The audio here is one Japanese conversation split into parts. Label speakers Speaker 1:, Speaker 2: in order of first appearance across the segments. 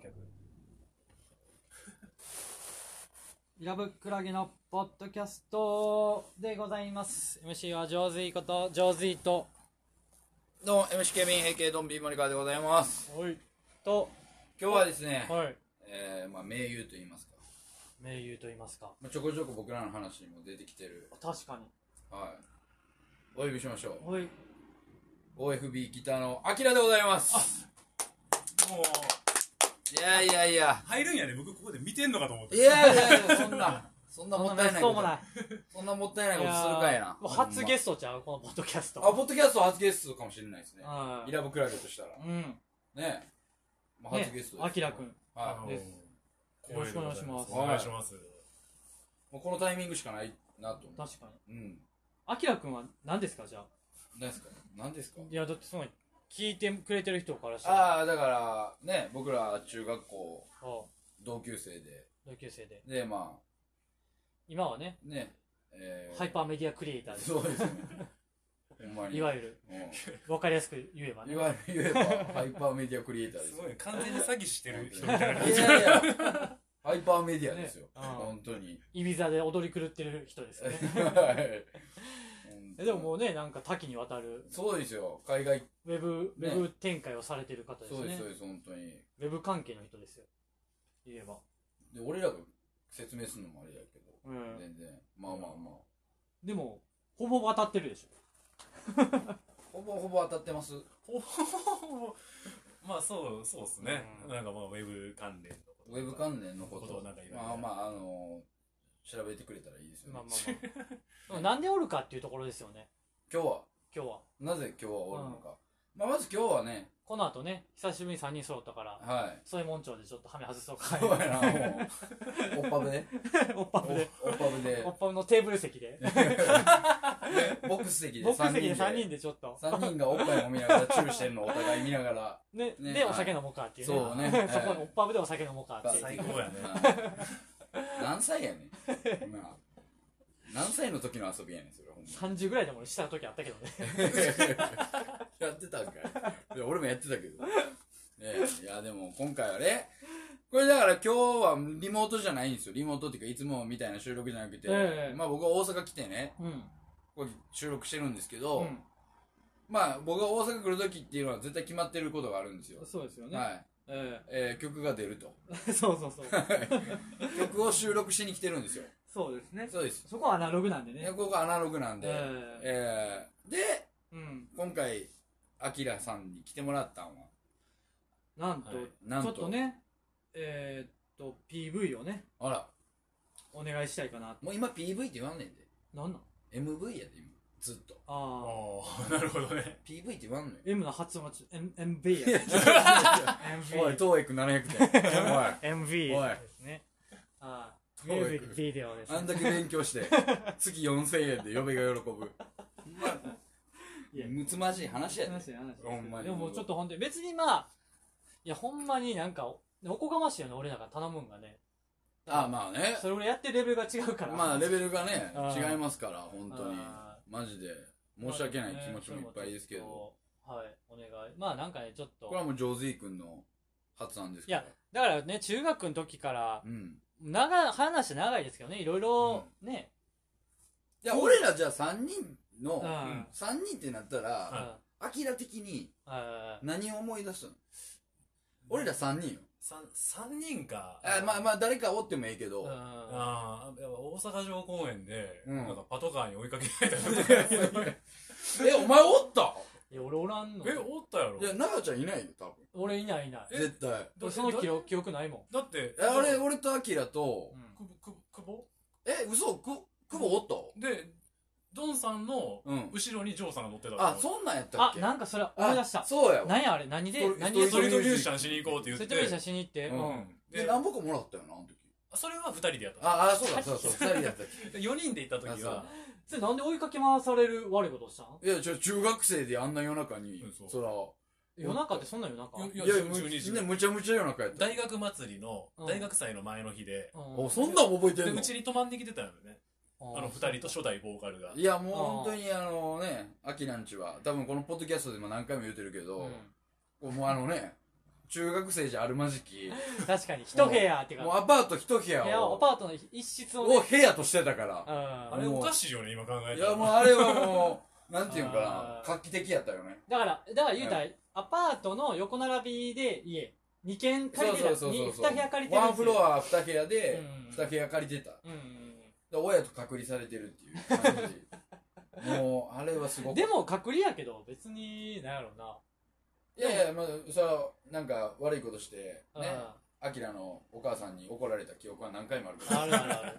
Speaker 1: 客。
Speaker 2: イラブクラゲのポッドキャストでございます。MC は上手いこと、上手いと、
Speaker 3: どうも、MCK 便平家ドンビーモリカーでございます。
Speaker 2: はい、と、
Speaker 3: 今日はですね、
Speaker 2: はい、
Speaker 3: えー、まあ、名優と言いますか。
Speaker 2: 名優と言いますか。
Speaker 3: まあ、ちょこちょこ僕らの話にも出てきてる。
Speaker 2: 確かに。
Speaker 3: はい。お呼びしましょう。
Speaker 2: はい、
Speaker 3: OFB ギターのアキラでございます。
Speaker 1: もう、
Speaker 3: いやいやいや。
Speaker 1: 入るんやね。僕ここで見てんのかと思っ
Speaker 3: い
Speaker 1: て。
Speaker 3: やいやいや、そんな、そんな
Speaker 2: そんな
Speaker 3: もったいな
Speaker 2: そ
Speaker 3: いこ
Speaker 2: うも
Speaker 3: と。
Speaker 2: ない。
Speaker 3: そんなもったいないことするかいな。
Speaker 2: もう初ゲ
Speaker 3: ス
Speaker 2: ストちゃうこのポッドキャスト。
Speaker 3: あ、ポッドキャスト初ゲストかもしれないですね。
Speaker 2: は
Speaker 3: イ
Speaker 2: い
Speaker 3: ラブクラゲとしたら。
Speaker 2: うん。
Speaker 3: ねまあ、
Speaker 2: ね
Speaker 3: 初ゲストです。
Speaker 2: あきらくん。
Speaker 1: あ
Speaker 3: は
Speaker 1: の
Speaker 3: い。
Speaker 2: ですよろしくお願いします
Speaker 1: お願いします。
Speaker 3: もうこのタイミングしかないなと思う。
Speaker 2: 確かに。
Speaker 3: うん。
Speaker 2: あきらくんは何ですかじゃあ。
Speaker 3: 何ですか何ですか
Speaker 2: いや、だってその、聞いてくれてる人からしたら、
Speaker 3: ああだからね僕ら中学校
Speaker 2: うん
Speaker 3: 同級生で
Speaker 2: 同級生で。
Speaker 3: でま
Speaker 2: 今はね、
Speaker 3: あねえ
Speaker 2: ハイパーメディアクリエイターです。
Speaker 3: そうですねほんまに
Speaker 2: いわゆる、
Speaker 3: うん
Speaker 2: わかりやすく言えば
Speaker 3: い
Speaker 2: ね。
Speaker 3: わゆる言えばハイパーメディアクリエイターですす
Speaker 1: ごい、完全に詐欺してる人み たいな感
Speaker 3: い
Speaker 1: じ。
Speaker 3: やいやハイパーメディアですよ、
Speaker 2: ねうん
Speaker 3: 本当に
Speaker 2: いび座で踊り狂ってる人ですよね。 えでもも
Speaker 3: う
Speaker 2: うね、なんか多岐にわたる、
Speaker 3: そうですよ海外
Speaker 2: ウェブ、
Speaker 3: ね
Speaker 2: ウェブ展開をされてる方です
Speaker 3: そうで
Speaker 2: ね
Speaker 3: すそう。です本当に
Speaker 2: ウェブ関係の人ですよ。言えば。
Speaker 3: で俺らが説明するのもあれやけど、
Speaker 2: うん
Speaker 3: 全然まあまあまあ
Speaker 2: でも、ほぼ当たってるでしょ。
Speaker 3: ほぼほぼ当たってます
Speaker 1: まあ、そう、そうですね。
Speaker 2: うん
Speaker 1: なんかまあ、ウェブ関連のこと。
Speaker 3: ウェブ関連のこと
Speaker 1: ことをなんかいろいろ
Speaker 3: まあまあ、あの調べてくれたらいいですよね。
Speaker 2: まあまあ まあ。でもなんでおるかっていうところですよね。
Speaker 3: 今日は、
Speaker 2: 今日は。
Speaker 3: なぜ今日はおるのか。まあまず今日はね、
Speaker 2: この後ね、久しぶりに3人揃ったから、
Speaker 3: はい。
Speaker 2: そういうもんちょうでちょっとハメ外そうか。
Speaker 3: そうやな、もう、おっぱぶで、
Speaker 2: おっぱ
Speaker 3: お
Speaker 2: ぶで。
Speaker 3: おっぱぶで
Speaker 2: お、っぱぶのテーブル席で。
Speaker 3: ボックス席で
Speaker 2: ボックス席で
Speaker 3: 三
Speaker 2: 3人でちょっと。
Speaker 3: 三人がおっぱい飲みながらチューしてるのをお互い見ながら。
Speaker 2: ね、
Speaker 3: ね
Speaker 2: で、
Speaker 3: は
Speaker 2: お
Speaker 3: い
Speaker 2: 酒飲もうかっていうね。
Speaker 3: そ うね
Speaker 2: そこでおっぱぶでお酒飲もうかっていう。
Speaker 1: 最高やね。
Speaker 3: はい 何歳やねん。まあ何歳の時の遊びやねん、それほんまに。
Speaker 2: 30ぐらいでも俺した時あったけどね。
Speaker 3: やってたんかいいや俺もやってたけど。ねえ、いや、でも今回はね、これだから今日はリモートじゃないんですよ。リモートっていうか、いつもみたいな収録じゃなくて、
Speaker 2: ええ
Speaker 3: まあ僕は大阪来てね、
Speaker 2: うん。
Speaker 3: これ収録してるんですけど、
Speaker 2: うん。
Speaker 3: まあ僕が大阪来る時っていうのは絶対決まってることがあるんですよ。
Speaker 2: そうですよね。
Speaker 3: はい。
Speaker 2: え
Speaker 3: えー曲が出ると。
Speaker 2: え そうそうそう。
Speaker 3: 曲を収録しに来てるんで すよ。
Speaker 2: そうですね。
Speaker 3: そうです。
Speaker 2: そこはアナログなんでね
Speaker 3: ね、。ここアナログなんで、
Speaker 2: ええ
Speaker 3: えーで、
Speaker 2: うん。
Speaker 3: 今回、アキラさんに来てもらったんは、
Speaker 2: なんと、
Speaker 1: はい
Speaker 3: なん
Speaker 2: ちょ
Speaker 3: と、
Speaker 2: っとね、えー、っと、PV をね、
Speaker 3: あら、
Speaker 2: お願いしたいかな。
Speaker 3: もう今 PV って言わんねんで。
Speaker 2: なんなん
Speaker 3: MV やで今ずっと
Speaker 1: あ
Speaker 2: ああ。
Speaker 1: あ、なるほどね。
Speaker 3: PV って言わんのよ
Speaker 2: M の発音はちょ M- MV や。
Speaker 3: おい
Speaker 2: MV。
Speaker 3: 当育700点おい
Speaker 2: MV ですね。ああ。ミュージックビデオです
Speaker 3: あん
Speaker 2: ね。
Speaker 3: だけ勉強して月4000円で嫁が喜ぶほんま
Speaker 2: いや
Speaker 3: むつまじい話やで
Speaker 2: 話や話
Speaker 3: ほんまに
Speaker 2: でももうちょっとほんで、別にまあ、いやほんまになんか、おおこがましいよね、俺らが頼むんがね。
Speaker 3: あまあね
Speaker 2: それ俺やってるレベルが違うから。
Speaker 3: まあレベルがね
Speaker 2: あー
Speaker 3: 違いますから本当に
Speaker 2: あ
Speaker 3: マジで申し訳ない気持ちもいっぱいですけ
Speaker 2: まあね
Speaker 3: ど。
Speaker 2: それもちょっとはい。お願い。まあなんかね、ちょっと
Speaker 3: これ。はもうジョーズイ君の発案です
Speaker 2: い
Speaker 3: か
Speaker 2: や
Speaker 3: ら、
Speaker 2: だからね、中学の時から、
Speaker 3: うん
Speaker 2: 長い、話長いですけどね、いろいろ、ね。
Speaker 3: いや俺らじゃあ3人
Speaker 2: う
Speaker 3: の
Speaker 2: ん。
Speaker 3: 3
Speaker 2: うん
Speaker 3: 人ってなったら
Speaker 2: あ
Speaker 3: アキラ的に
Speaker 2: あ
Speaker 3: 何を思い出すの俺ら3人よ
Speaker 1: 三、三人か。
Speaker 3: あまあまあ誰かおってもいいけど、
Speaker 2: うん
Speaker 1: ああ、やっぱ大阪城公園で、
Speaker 3: うん
Speaker 1: なんかパトカーに追いかけられたとか。
Speaker 3: えお前おった
Speaker 2: いや、俺おらんの。
Speaker 1: え、おったやろ
Speaker 3: いや奈良ちゃんいないよ多分
Speaker 2: 俺いないいない。
Speaker 1: え
Speaker 3: 絶対
Speaker 1: だ
Speaker 2: 俺その記
Speaker 1: だ
Speaker 2: 憶記憶ないも
Speaker 1: だって、
Speaker 3: えあれ俺とアキラと
Speaker 2: ん。、うん
Speaker 1: くぼ、くぼ、くぼ
Speaker 3: え嘘く久保おっ
Speaker 1: で、ドンさんの
Speaker 3: たうん
Speaker 1: 後ろにジョーさんが乗ってた
Speaker 3: あ
Speaker 1: う
Speaker 3: そんなんやったっ
Speaker 2: あ、
Speaker 3: け
Speaker 2: なんかそれ思い出した
Speaker 3: あ。そうやわ
Speaker 2: 何やあれ何で
Speaker 3: スト
Speaker 2: 何で
Speaker 1: ストリートミュージ
Speaker 3: シ
Speaker 1: シ
Speaker 3: ャ
Speaker 1: ャンしに行こうって言っ
Speaker 2: そ
Speaker 1: て。
Speaker 2: れと一緒に写真に行って。
Speaker 3: う
Speaker 2: うんん。
Speaker 3: で
Speaker 1: で、
Speaker 3: 何本かもらったよなあの時
Speaker 1: それは二人でやった。
Speaker 3: ああそうだそう だそう2人やったっ
Speaker 1: で4人で行った
Speaker 3: あ
Speaker 1: 時
Speaker 3: そう
Speaker 1: は、
Speaker 2: それなんで追いかけ回される悪いことをしたん
Speaker 3: けいやちょ中学生であんな夜中に、
Speaker 1: うんそう
Speaker 3: そら
Speaker 2: 夜中ってそんな夜中
Speaker 1: よよ
Speaker 3: いや
Speaker 1: 12
Speaker 3: む
Speaker 1: 時
Speaker 3: ねむちゃむちゃ夜中やった
Speaker 1: 大学祭りの
Speaker 2: うん、
Speaker 1: 大学祭の前の日で、
Speaker 2: う
Speaker 3: おそんなん覚えて
Speaker 1: で、
Speaker 3: る
Speaker 1: う
Speaker 3: の
Speaker 1: ちに泊まんできてたよね。
Speaker 2: あ
Speaker 1: あの二人と初代ボーカルが。
Speaker 3: いやもう本当にあのねアキラんちは多分このポッドキャストでも何回も言うてるけど、
Speaker 2: うん
Speaker 3: もうあのね、中学生じゃあるまじき、
Speaker 2: 確かに一部屋っていう
Speaker 3: もう
Speaker 2: か
Speaker 3: アパート一部
Speaker 2: 部屋
Speaker 3: 屋
Speaker 2: をア
Speaker 3: を、
Speaker 2: パートの一室を
Speaker 3: を
Speaker 2: ね
Speaker 3: 部屋としてたから。
Speaker 1: あ
Speaker 2: う
Speaker 1: れ
Speaker 2: ん
Speaker 1: おかしいよね、今考え
Speaker 3: い
Speaker 1: たら。
Speaker 3: や、もうあれはもう、なんていうんか
Speaker 2: あー
Speaker 3: な、画期的やったよね。
Speaker 2: だからだから言うたらアパートの横並びで家2軒借りてた
Speaker 3: そうそうそう
Speaker 2: 2
Speaker 3: そう。
Speaker 2: 部屋借りてる
Speaker 3: ワンフロア二部屋で
Speaker 2: うん、
Speaker 3: 二部屋借りてた。
Speaker 2: うんうん
Speaker 3: で親と隔離されてるっていう感じ。もう、あれはす
Speaker 2: う
Speaker 3: ご
Speaker 2: ん
Speaker 3: く。い
Speaker 2: でも隔離やけど別になんやろうな
Speaker 3: やいや、まあ、さ、なんか悪いことして、
Speaker 2: うん
Speaker 3: ね、アキラのお母さんに怒られた記憶は何回もあるから。
Speaker 2: あるあるあ る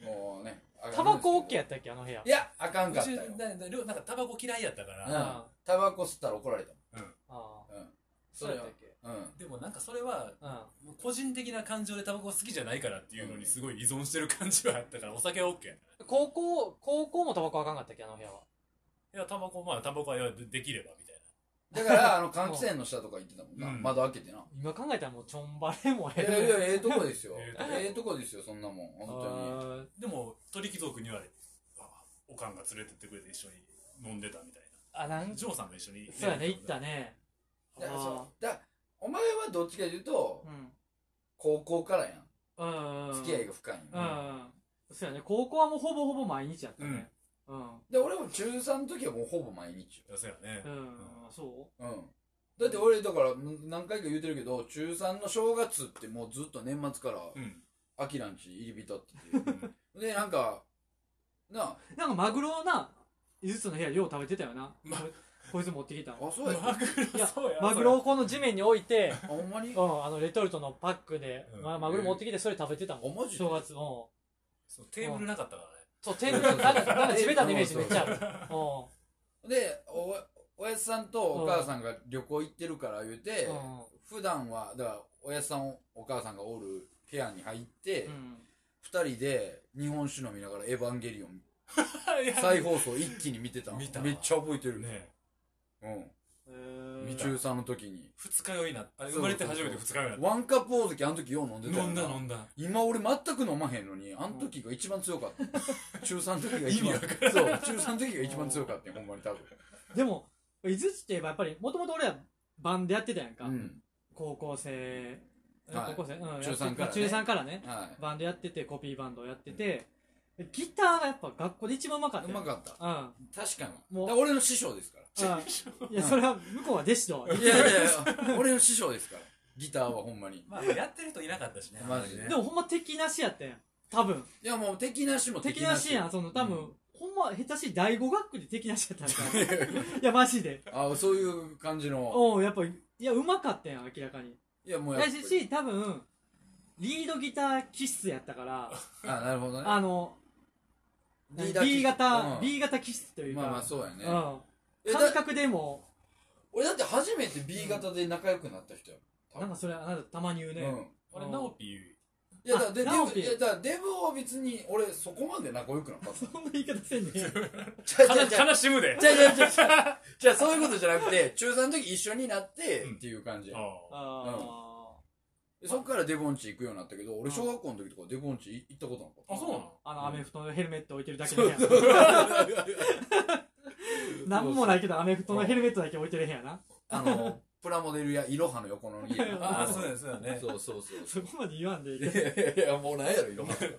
Speaker 3: うん。もうね、あ
Speaker 2: タバコ
Speaker 3: あるん
Speaker 2: OK
Speaker 3: です
Speaker 2: やったっけあの部屋
Speaker 3: けどいや、あかんか
Speaker 1: う
Speaker 3: った
Speaker 1: ち
Speaker 3: よ。
Speaker 1: ななりょうなんかタバコ嫌いやったから、
Speaker 3: うんタバコ吸ったら怒られた
Speaker 2: ああ
Speaker 3: もん。うん。
Speaker 2: そうやったっけ
Speaker 3: うん。
Speaker 1: でもなんかそれは
Speaker 2: うん
Speaker 1: 個人的な感情でタバコ好きじゃないからっていうのにすごい依存してる感じはあったからお酒は OK い
Speaker 2: 高校高校もタバコあかんかったっけあの部屋は
Speaker 1: やタバコまあタバコはでできればみた
Speaker 3: だ
Speaker 1: い
Speaker 3: から、あの、換気扇の下とか行ってたもんな。
Speaker 1: うん。
Speaker 3: 窓開けてな。
Speaker 2: 今考えたらもうちょんばれも
Speaker 3: い
Speaker 2: え
Speaker 3: やいや、ええとこですよ
Speaker 1: ええとこ
Speaker 3: ええとこですよ、そんなもん。本当に。
Speaker 2: 本
Speaker 1: なでも鳥貴族にはあおかんが連れてってくれて一緒に飲んでたみたい
Speaker 2: あな
Speaker 1: なんジョーさんも一緒に、
Speaker 2: そうやね行ったね
Speaker 3: いや
Speaker 2: あー
Speaker 3: そうだお前はどっちかというと
Speaker 2: う、ん
Speaker 3: 高校からやん。
Speaker 2: うんうん
Speaker 3: 付き合いが深いん
Speaker 2: う
Speaker 3: よ
Speaker 2: んそうやね高校はもうほぼほぼ毎日やったねうんうん
Speaker 3: で、俺も中3の時はもうほぼ毎日よ。
Speaker 1: いやそうやね、
Speaker 2: そ
Speaker 3: うん。だって俺、だから、ん何回か言うてるけど、中3の正月ってもうずっと年末から、
Speaker 1: うん
Speaker 3: アキラんち入り浸って
Speaker 1: うん
Speaker 3: て。で、なんか、な
Speaker 2: うなんかマグロをな5つの部屋よう食べてたよな
Speaker 1: ま
Speaker 2: こいつ持ってきた
Speaker 3: あ、あ、そうやった。
Speaker 1: マグ
Speaker 2: い
Speaker 1: ロ
Speaker 2: や
Speaker 1: そうや
Speaker 2: マグロをこの地面に置いて
Speaker 3: あ、ほんま
Speaker 2: う
Speaker 3: に
Speaker 2: ん、あのレトルトのパックで、
Speaker 1: うん
Speaker 2: まあ、マグロ持ってきてそれ食べてたもん、
Speaker 3: あマジで
Speaker 2: 正月も
Speaker 1: そうテーブルなかったからね
Speaker 2: そうテーブルなんかなんか地べたのイメージ
Speaker 3: そう
Speaker 2: めっ
Speaker 3: そう
Speaker 2: ちゃあ るうん
Speaker 3: で、お、おやつさんとお母さんが旅行行ってるから言うて、
Speaker 2: う
Speaker 3: 普段は、だから、おやつさん、お母さんがおる部屋に入って、
Speaker 2: ん
Speaker 3: 二、人で日本酒飲みながらエヴァンゲリオン、
Speaker 1: いや
Speaker 3: 再放送一気に見てたの
Speaker 1: 見たわ
Speaker 3: めっちゃ覚えてる。
Speaker 1: ね
Speaker 3: うん。
Speaker 2: うん
Speaker 1: 見た
Speaker 3: 中3の時に。
Speaker 1: 二日酔いなあれ生まれて初めて二日酔いな
Speaker 3: ワンカップ大関あの時よう飲んでたよ
Speaker 1: 飲んだ飲んだ
Speaker 3: 今俺全く飲まへんのに、あの時が一番強かった。 中3の時が一
Speaker 1: 意
Speaker 3: 番
Speaker 1: 味わ。
Speaker 3: そう、中3の時が一番強かったよ、ほんまに多分。
Speaker 2: でも伊豆って言えばやっぱりもともと俺らバンでやってたやんか、
Speaker 3: うん。
Speaker 2: 高校生、
Speaker 3: はい
Speaker 2: 高校生、うん、
Speaker 3: 中三からね
Speaker 2: 中3からね
Speaker 3: は
Speaker 2: バンドやっててコピーバンドをやってて、ギターがやっぱ学校で一番うまかった
Speaker 3: い。うま
Speaker 2: っ
Speaker 3: かった。
Speaker 2: た
Speaker 3: 確かに。
Speaker 2: もう
Speaker 3: だから俺の師匠ですから。
Speaker 2: うん、うん、いやそれは向こうは弟子と
Speaker 3: いやいやいや、俺の師匠ですから。ギターはほんまに。
Speaker 1: まあやってる人いなかったしね
Speaker 3: マジで
Speaker 2: でもほんま敵なしやったやん多分
Speaker 3: いやもう敵なしも
Speaker 2: 敵なしやんその多分、ほんま下手しい第五学区で敵なしやったんかい やマジで
Speaker 3: あそういう感じの。
Speaker 2: おうやっぱいやうまかったやん明らかに
Speaker 3: いやもうや
Speaker 2: や
Speaker 3: っぱり
Speaker 2: しし多分リードギター気質やったから
Speaker 3: あ、なるほどね。
Speaker 2: あの
Speaker 3: リーダー気質
Speaker 2: B 型、
Speaker 3: うん
Speaker 2: B 型気質というか、
Speaker 3: まあまあそうやね。
Speaker 2: う
Speaker 3: え
Speaker 2: ん、
Speaker 3: だ
Speaker 2: 感覚でも
Speaker 3: 俺だって初めて B 型で仲良くなった人や多
Speaker 2: な
Speaker 3: 分
Speaker 2: んかそれあなたたまに言うね、
Speaker 3: うん。
Speaker 1: 俺ナオピ
Speaker 3: いや、だからで、
Speaker 2: あ
Speaker 3: デ
Speaker 2: ナオ
Speaker 3: ブ、
Speaker 2: ピ
Speaker 3: いや、だからデブは別に、俺そこまで仲良くなか った。
Speaker 2: そんな言い方せんねん。
Speaker 3: ちゃ
Speaker 1: ー悲悲しむで
Speaker 3: じゃじゃじゃじゃじゃそういうことじゃなくて、中3の時一緒になって、
Speaker 1: うん
Speaker 3: っていう感じや。
Speaker 1: あ
Speaker 2: あ
Speaker 3: でそっからデボンチ行くようになったけど、俺小学校の時とかデボンチ行ったことなかっ
Speaker 1: ーあそうなの
Speaker 2: ああの、アメフトのヘルメット置いて るだけ
Speaker 3: た。。
Speaker 2: でやん。なんもないいけど、アメフトのヘルメットだけ置いてる部屋な。
Speaker 3: あの、プラモデルやイロハの横の家。
Speaker 1: あーそうですよね
Speaker 3: そうそうそうそ。
Speaker 2: そうこまで言わんでいい
Speaker 3: い
Speaker 2: け
Speaker 3: や
Speaker 2: ど。
Speaker 3: いやいや、もうないやろ、イロハ。
Speaker 1: で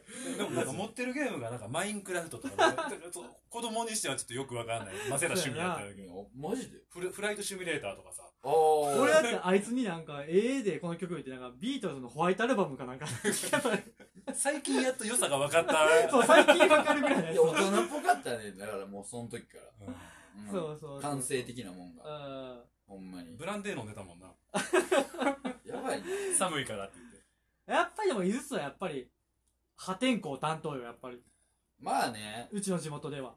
Speaker 1: もなんか持ってるゲームがなんかマインクラフトと か、ね、そう子供にしてはちょっとよくわかんない。マセラ趣味だったんだけど。
Speaker 3: マジで
Speaker 1: フルフライトシミュレーターとかさ。
Speaker 3: ああ。
Speaker 2: 俺だってあいつになんか、ええでこの曲言って、なんか、ビートルズのホワイトアルバムかなん か。
Speaker 1: 最近やっと良さが分かった。
Speaker 2: そう、最近わかるぐらいのや
Speaker 3: い
Speaker 2: つ
Speaker 3: や大人っぽかったね。だからもうその時から。うん
Speaker 2: そうそうそう
Speaker 3: 感性的なもん
Speaker 2: う
Speaker 3: が。
Speaker 2: ん。
Speaker 3: ほんまに。
Speaker 1: ブランデー飲んでたもんな。
Speaker 3: やばいね。
Speaker 1: 寒いからって言って。
Speaker 2: やっぱりでも、伊豆はやっぱり、破天荒担当よ、やっぱり。
Speaker 3: まあね。
Speaker 2: うちの地元では。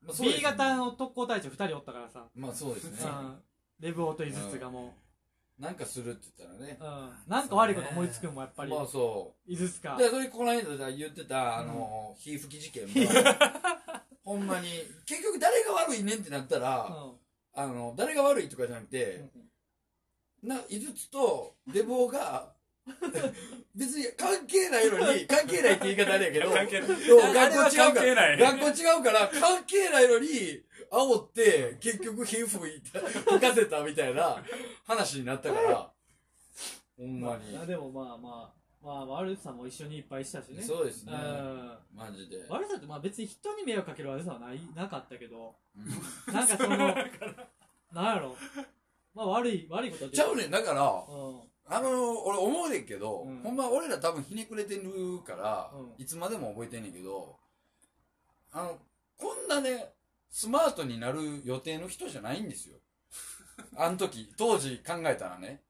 Speaker 3: まあそうです
Speaker 2: B
Speaker 3: ね
Speaker 2: 型の特攻隊長2人おったからさ。
Speaker 3: まあそうですね
Speaker 2: う。ん。レブオと伊豆がも
Speaker 3: なんかするって言ったらね
Speaker 2: う、う。ん。なんか悪いこと思いつくんも、やっぱり
Speaker 3: ま、あそ
Speaker 2: 伊豆か
Speaker 3: う。。で、それこの間言ってた、あの、火吹き事件も、ほんまに、結局誰が悪いねんってなったら、
Speaker 2: う
Speaker 3: あの、誰が悪いとかじゃなくて、
Speaker 2: ん。
Speaker 3: な、井筒とデボが、別に関係ないのに、関係ないって言い方あれやけど、
Speaker 1: 関係ない。
Speaker 3: そう
Speaker 1: あれは関係ない。
Speaker 3: 学校違うから、関係ないのに、煽って、結局、皮膚吹かせたみたいな話になったから、ほんまに
Speaker 2: あ、でもまあまあ、まあ、悪さも一緒にいっぱいしたしね。
Speaker 3: そうです
Speaker 2: うん。
Speaker 3: ねマジで
Speaker 2: 悪さってまあ別に人に迷惑かける悪さはないなかったけど、
Speaker 3: うん
Speaker 2: なんかそ の、なんやろ。まあ悪い、悪いことはでき
Speaker 3: ち
Speaker 2: る
Speaker 3: ゃうねんだから
Speaker 2: うん。
Speaker 3: あの俺思うねんけど、
Speaker 2: うん
Speaker 3: ほんま俺ら多分ひねくれてるから、
Speaker 2: う
Speaker 3: いつまでも覚えてんねんけどあのこんなねスマートになる予定の人じゃないんですよあの時当時考えたらね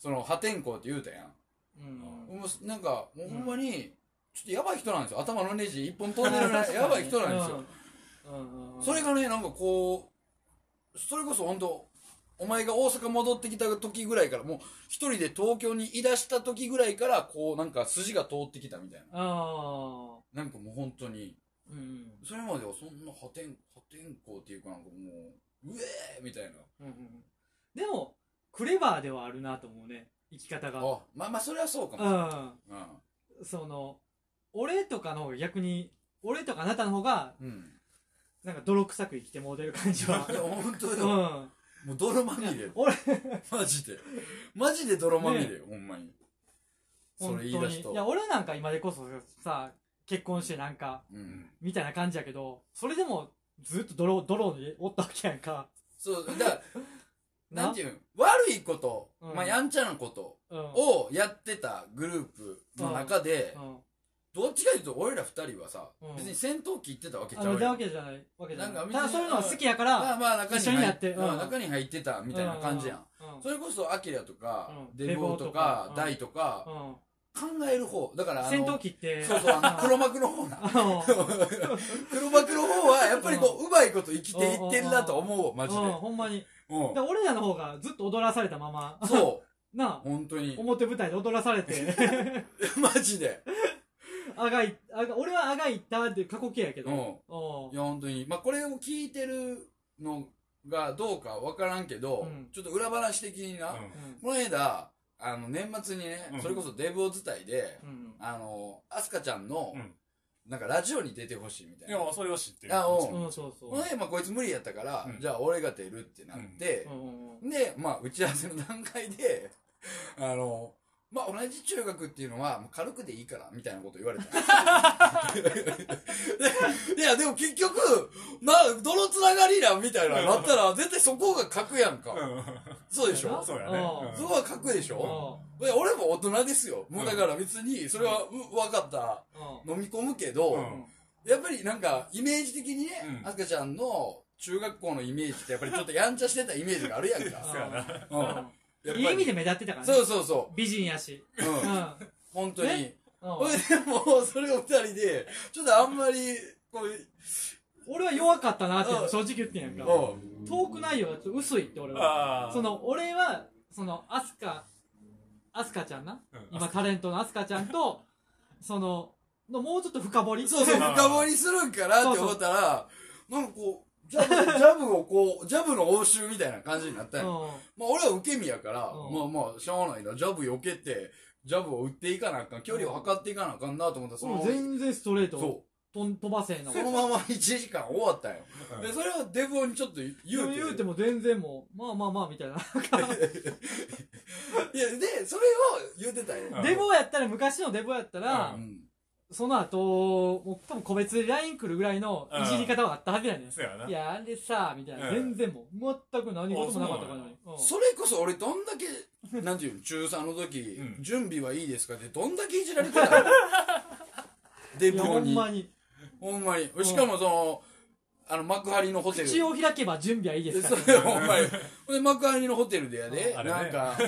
Speaker 3: その破天荒って言うたやん
Speaker 2: うん。
Speaker 3: もうなんかもうほんまに、ちょっとやばい人なんですよ頭のネジ一本飛んで るねやばい人なんですよ、
Speaker 2: うん。うんうんうん。
Speaker 3: それがねなんかこうそれこそ本当お前が大阪戻ってきた時ぐらいからもう一人で東京にいだした時ぐらいからこうなんか筋が通ってきたみたい
Speaker 2: ああ。
Speaker 3: ななんかもう本当に
Speaker 2: うん。
Speaker 3: それまではそんな破天破天荒っていうかなんかもううえーみたいな
Speaker 2: うんうんうんでも、クレバーではあるなと思うね。生き方が。
Speaker 3: あまあまあそれはそうかも、
Speaker 2: う。
Speaker 3: うん
Speaker 2: その、俺とかの方が逆に、俺とかあなたの方が、
Speaker 3: んうん、
Speaker 2: なんか泥臭く生きてもうてる感じ は。
Speaker 3: いや本当
Speaker 2: う
Speaker 3: よ、
Speaker 2: ん。
Speaker 3: もう泥まみれ
Speaker 2: 俺、
Speaker 3: マジで。マジで泥まみれよ、ほんまに。そ
Speaker 2: 本
Speaker 3: れ言い
Speaker 2: 当
Speaker 3: 出
Speaker 2: に。
Speaker 3: す
Speaker 2: い
Speaker 3: と。
Speaker 2: や、俺なんか今でこそさ、結婚してなんか、
Speaker 3: うん。
Speaker 2: みたいな感じやけど、それでも、ずっと泥、泥におったわけやんか。
Speaker 3: そう、だから、
Speaker 2: な
Speaker 3: なんていうの悪いこと、
Speaker 2: うん
Speaker 3: まあ、やんちゃなこと
Speaker 2: うん。
Speaker 3: をやってたグループの中で
Speaker 2: う、ん。
Speaker 3: どっちかというと俺ら二人はさ
Speaker 2: うん、
Speaker 3: 別に戦闘機行ってたわけち
Speaker 2: あ
Speaker 3: ゃ
Speaker 2: の、
Speaker 3: う
Speaker 2: だ
Speaker 3: や
Speaker 2: わ
Speaker 3: ん。
Speaker 2: けじゃない。わけじゃ
Speaker 3: な
Speaker 2: なんい。
Speaker 3: か
Speaker 2: ただそういうのは好きやから、
Speaker 3: まあまあ中に
Speaker 2: 一緒にやって
Speaker 3: 入まあ
Speaker 2: うん
Speaker 3: 中に入ってたみたいな感じやん。
Speaker 2: うん。
Speaker 3: それこそ、アキラとか
Speaker 2: う、ん
Speaker 3: デボ
Speaker 2: デボー
Speaker 3: ーと
Speaker 2: とか
Speaker 3: か
Speaker 2: う、ん
Speaker 3: ダイとか、
Speaker 2: う
Speaker 3: 考える方。だから、
Speaker 2: ん。
Speaker 3: あ
Speaker 2: 戦闘
Speaker 3: の、
Speaker 2: 機って、
Speaker 3: そうそう、 あの黒幕の方な。 黒幕の方はやっぱりこう、うまいこと生きていってるなと思う、マ
Speaker 2: マ
Speaker 3: ジ
Speaker 2: ジ
Speaker 3: で
Speaker 2: で。。ほんまに。
Speaker 3: うん
Speaker 2: だから俺らの方がずっと踊らされたまま、
Speaker 3: そ
Speaker 2: な
Speaker 3: う、
Speaker 2: あ、
Speaker 3: 本当に。
Speaker 2: 表舞台で踊らされて、
Speaker 3: マジで。
Speaker 2: あがい、あが、俺はあがいったって過去形やけ
Speaker 3: うん。
Speaker 2: ど、う
Speaker 3: い
Speaker 2: ん。
Speaker 3: や、本当に。まあ、これを聞いてるのがどうかわからんけど、
Speaker 2: うん
Speaker 3: ちょっと裏話的にな、
Speaker 1: うん
Speaker 3: この間、あの、年末にね、
Speaker 1: うん
Speaker 3: それこそデブを伝いで、
Speaker 2: うん。
Speaker 3: あの、アスカちゃんの、
Speaker 1: うん
Speaker 3: なんかラジオに出てほしいみたい
Speaker 1: い
Speaker 3: な。
Speaker 1: や、それは知ってる。
Speaker 3: あお
Speaker 1: う
Speaker 2: うんん、そうそう。
Speaker 3: この辺、まあ、こいつ無理やったから、
Speaker 1: うん
Speaker 3: じゃあ俺が出るってなって、
Speaker 2: うんうんうん。
Speaker 3: で、まあ、打ち合わせの段階で、 あの、まあ、同じ中学っていうのは、もう軽くでいいから、みたいなこと言われた。でいや、でも結局、な、どのつながりなんみたいな、なったら、絶対そこが格やんか。そうでしょ
Speaker 1: そうや
Speaker 2: うん
Speaker 1: ね。
Speaker 3: そこが格でしょ
Speaker 2: う
Speaker 3: いや俺も大人ですよ。もうだから別に、それは、う分かった。
Speaker 2: ん
Speaker 3: 飲み込むけど、
Speaker 1: うん
Speaker 3: やっぱりなんか、イメージ的にね、
Speaker 1: うん
Speaker 3: あすかちゃんの中学校のイメージって、やっぱりちょっとやんちゃしてたイメージがあるやんか。
Speaker 1: そうやな。
Speaker 3: うんやっぱ
Speaker 2: うん。
Speaker 3: り
Speaker 2: いい意味で目立ってたからね。
Speaker 3: そうそうそ
Speaker 2: 美人やし。
Speaker 3: う。うん
Speaker 2: う。ん。
Speaker 3: 本当に
Speaker 2: ね。うん
Speaker 3: ほいでもう、それを二人で、ちょっとあんまり、こう、
Speaker 2: 俺は弱かったなっていう
Speaker 3: う
Speaker 2: の
Speaker 3: ん
Speaker 2: 正直言ってんやんか。
Speaker 3: う
Speaker 2: トーク内容がちょっと薄いって俺は。
Speaker 1: ああ。
Speaker 2: そ、の、俺は、その、アスカ、アスカちゃんな。今タレントのアスカちゃんと、その、のもうちょっと深掘り。
Speaker 3: そうそう、
Speaker 1: まあ
Speaker 3: 深掘りするんかなって思ったら、なんかこう、ジャブ、 ジャブをこう、ジャブの応酬みたいな感じになったんやまあ俺は受け身やから、
Speaker 2: うん
Speaker 3: まあまあ、しゃあないな、ジャブ避けて、ジャブを打っていかなあかん、距離を測っていかなあかんなと思ったら、そ
Speaker 2: うん。
Speaker 3: の
Speaker 2: もう、全然ストレート。
Speaker 3: そ
Speaker 2: とん飛ばせん
Speaker 3: う、
Speaker 2: の。
Speaker 3: そのまま1時間終わったんよ。で、それをデブオにちょっと言うて。
Speaker 2: 言うても全然もう、まあまあまあみたいな。
Speaker 3: いや、で、それを言うてたんよ。
Speaker 1: ん
Speaker 2: デボやったら、昔のデボやったら
Speaker 3: う、ん
Speaker 2: その後、もう多分個別で LINE 来るぐらいのいじり方はあったはずやねん。。
Speaker 1: そうやない
Speaker 2: や、あれさ、みたいな。
Speaker 1: うん
Speaker 2: 全然もう、全く何事もなかったからね。うん
Speaker 3: それこそ俺どんだけ、なんていうの、中3の時、
Speaker 1: うん
Speaker 3: 準備はいいですかってどんだけいじられてた のデ
Speaker 2: い
Speaker 3: ブ
Speaker 2: や、
Speaker 3: オ
Speaker 2: ほん
Speaker 3: に。
Speaker 2: まに。
Speaker 3: ほんまに。しかもその、あの、幕張のホテル。
Speaker 2: 口を開けば準備はいいですから
Speaker 3: それほんまに。ほんで、幕張のホテルでやで、
Speaker 1: うんあれね
Speaker 3: なんか、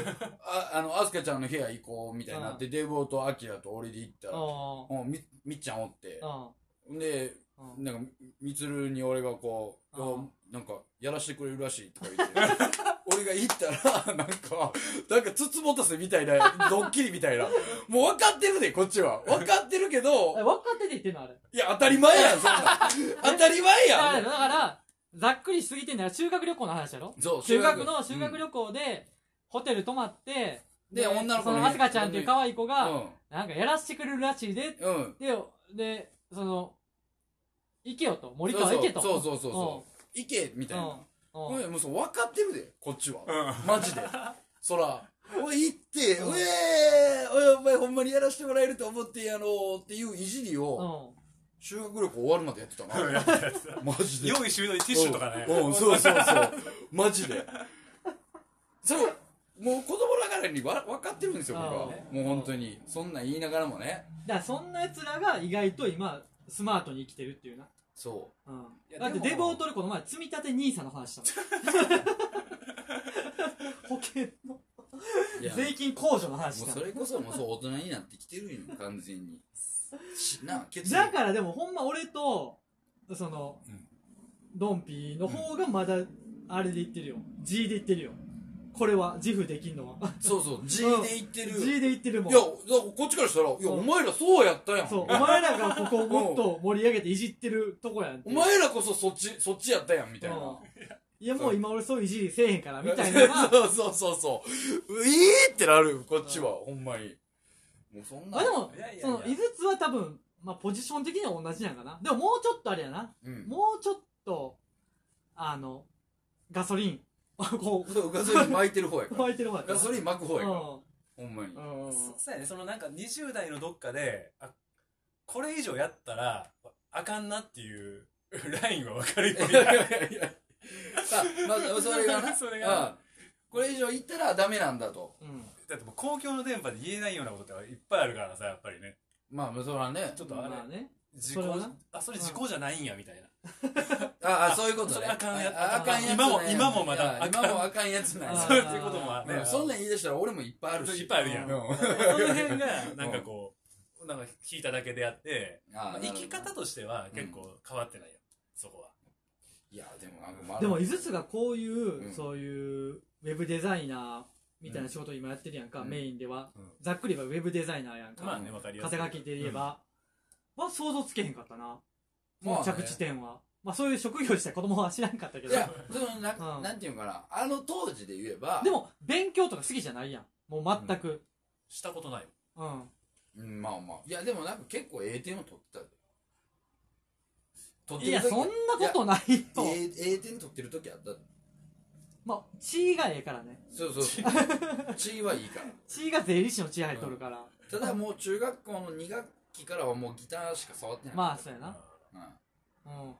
Speaker 3: ああの、アスカちゃんの部屋行こうみたいになって、デブオとアキラと俺で行ったら、
Speaker 2: う
Speaker 3: うんみみっちゃんおって、
Speaker 2: ん。うん。
Speaker 3: ほんで、
Speaker 2: うん
Speaker 3: なんか、みつるに俺がこう、
Speaker 2: うん
Speaker 3: いやなんか、やらしてくれるらしいとか 言って、俺が行ったら、なんか、なんか、つつぼたせみたいな、ドッキリみたいな。もう分かってるで、こっちは。分かってるけ
Speaker 2: え
Speaker 3: ど、
Speaker 2: 分かってて言ってんのあれ。
Speaker 3: いや、当たり前やん、そんなん。 当たり前
Speaker 2: だから
Speaker 3: やん。
Speaker 2: だから、ざっくりしすぎてんだよ。修学旅行の話やろ
Speaker 3: そう、
Speaker 2: 修学の修
Speaker 3: う
Speaker 2: 学
Speaker 3: ん
Speaker 2: 旅行で、ホテル泊まって、
Speaker 3: で女の子
Speaker 2: そ
Speaker 3: に
Speaker 2: の、アスカちゃんっていう可愛い子が、
Speaker 3: う
Speaker 2: なんかやらしてくれるらしいで、
Speaker 3: ん。うん。
Speaker 2: で、で、その、行けよと。森川行けと。
Speaker 3: そうそうそうそうそう。行け、みたいな。
Speaker 2: うん。うん
Speaker 3: もうそう、分かってるで、こっちは。
Speaker 1: うん
Speaker 3: マジで。そら、おい行って、
Speaker 2: うん
Speaker 3: うえーおいお前ほんまにやらせてもらえると思ってんやろうっていういじりを、
Speaker 2: う
Speaker 3: 修学旅行終わるまでやってたな。
Speaker 1: やったやつだ
Speaker 3: マジで。
Speaker 1: 用意周到にティッシュとかね
Speaker 3: うんうん、そうそう そう。マジで。それ、もう子供ながらにわ分かってるんですよ、僕は。
Speaker 2: う
Speaker 3: もう本当に。そんなん言いながらもね。
Speaker 2: ん。だからそんな奴らが意外と今、スマートに生きてるっていうな。
Speaker 3: そ
Speaker 2: うん
Speaker 1: い。や
Speaker 2: だって
Speaker 1: でも
Speaker 2: デボートルコの前、積み立て NISA の話したも ん。保険の
Speaker 3: う。いや、も
Speaker 2: 税金控除の
Speaker 3: う
Speaker 2: 話した
Speaker 3: そ
Speaker 2: もん
Speaker 3: れこそもうそう大人になってきてるよ、完全に。しな、決
Speaker 2: だからでもほんま俺と、その
Speaker 1: うん、
Speaker 2: ドンピーの方がまだ、あれで言ってるよ。G で言ってるよ。これは、自負できんのは。
Speaker 3: そうそう、G で言ってる。い
Speaker 2: G で言ってるもん。
Speaker 3: や、だからこっちからしたら、いや、
Speaker 2: うん
Speaker 3: お前らそうやったやん。
Speaker 2: そう、お前らがここをもっと盛り上げていじってるとこやんって
Speaker 3: お前らこそそっち、そっちやったやん、みたい
Speaker 2: うん
Speaker 3: な。
Speaker 2: いやもう今俺そういういじりせえへんからみたいなのが
Speaker 3: そうそうそうそう。えーってなるよ、こっちは、ほんまに。もうそんな。
Speaker 2: あでも
Speaker 1: いやいやい や
Speaker 2: その井筒は多分まあポジション的には同じなんかなでももうちょっとあれやな
Speaker 3: うん。
Speaker 2: もうちょっとあのガソリン こ
Speaker 3: そう、ガソリン巻いてる方や
Speaker 2: う
Speaker 3: から。
Speaker 2: 巻いてるわけ
Speaker 3: ガソリン巻く方やから。
Speaker 2: う
Speaker 3: ほんまに。
Speaker 2: んうん
Speaker 1: そそうやねそのなんか20代のどっかであこれ以上やったらあかんなっていうラインは分かるようになる
Speaker 3: いや。あ、まあ、それがな。
Speaker 1: それが
Speaker 3: うんこれ以上行ったらダメなんだと。
Speaker 2: うん
Speaker 1: だってもう公共の電波で言えないようなことっていっぱいあるからさやっぱりね
Speaker 3: まあ、それはね。
Speaker 1: ちょっとあれ、
Speaker 2: まあね
Speaker 1: 時
Speaker 2: それは
Speaker 1: 効
Speaker 2: な
Speaker 1: あそれ時効じゃないんやみたいな、
Speaker 3: ああ、そういうこと
Speaker 1: そ
Speaker 3: ね。
Speaker 1: れあかんやつ
Speaker 3: ああかんやつね。
Speaker 1: 今も今もまだ
Speaker 3: いや今もあかんやつな
Speaker 2: あ
Speaker 3: い。
Speaker 2: ー
Speaker 1: そういうこともあるね、
Speaker 3: うんそんなん言い出したら俺もいっぱいあるし。
Speaker 1: いっぱいあるやん
Speaker 3: うん。
Speaker 1: その辺がなんかこうなんか引いただけであって
Speaker 3: あ
Speaker 1: ま
Speaker 3: ー
Speaker 1: あ生き方としては結構変わってないよ、そこはい
Speaker 3: や、でも、あの、まだ
Speaker 2: でも井筒がこういう、
Speaker 3: うん
Speaker 2: そういうウェブデザイナーみたいな仕事を今やってるやんか、
Speaker 3: うん
Speaker 2: メインでは、
Speaker 1: うん
Speaker 2: ざっくり言えばウェブデザイナーやんか、
Speaker 1: まあね分かりやす
Speaker 2: 肩
Speaker 1: い
Speaker 2: 書きで言えば、は想像つけへんかったな、
Speaker 3: まあね
Speaker 2: 着地点はまあそういう職業した子供は知らんかったけ
Speaker 3: い
Speaker 2: ど
Speaker 3: や、そのな、
Speaker 2: うん
Speaker 3: なんていうのかな、あの当時で言えば、
Speaker 2: でも勉強とか好きじゃないやんもう全く
Speaker 1: したことないよ
Speaker 2: うん、
Speaker 3: うん、まあまあ、いや、でもなんか結構 A 点を取ってたで。取
Speaker 2: いやそんなことないよ
Speaker 3: A, A 点取ってる時あったで
Speaker 2: まあ地位がええからね
Speaker 3: そうそうそう。地位はいいから。
Speaker 2: 地位が税理士の地位入っとるから、
Speaker 3: ただもう中学校の2学期からはもうギターしか触ってない。
Speaker 2: まあそうやな
Speaker 3: うん、
Speaker 2: うん
Speaker 3: うん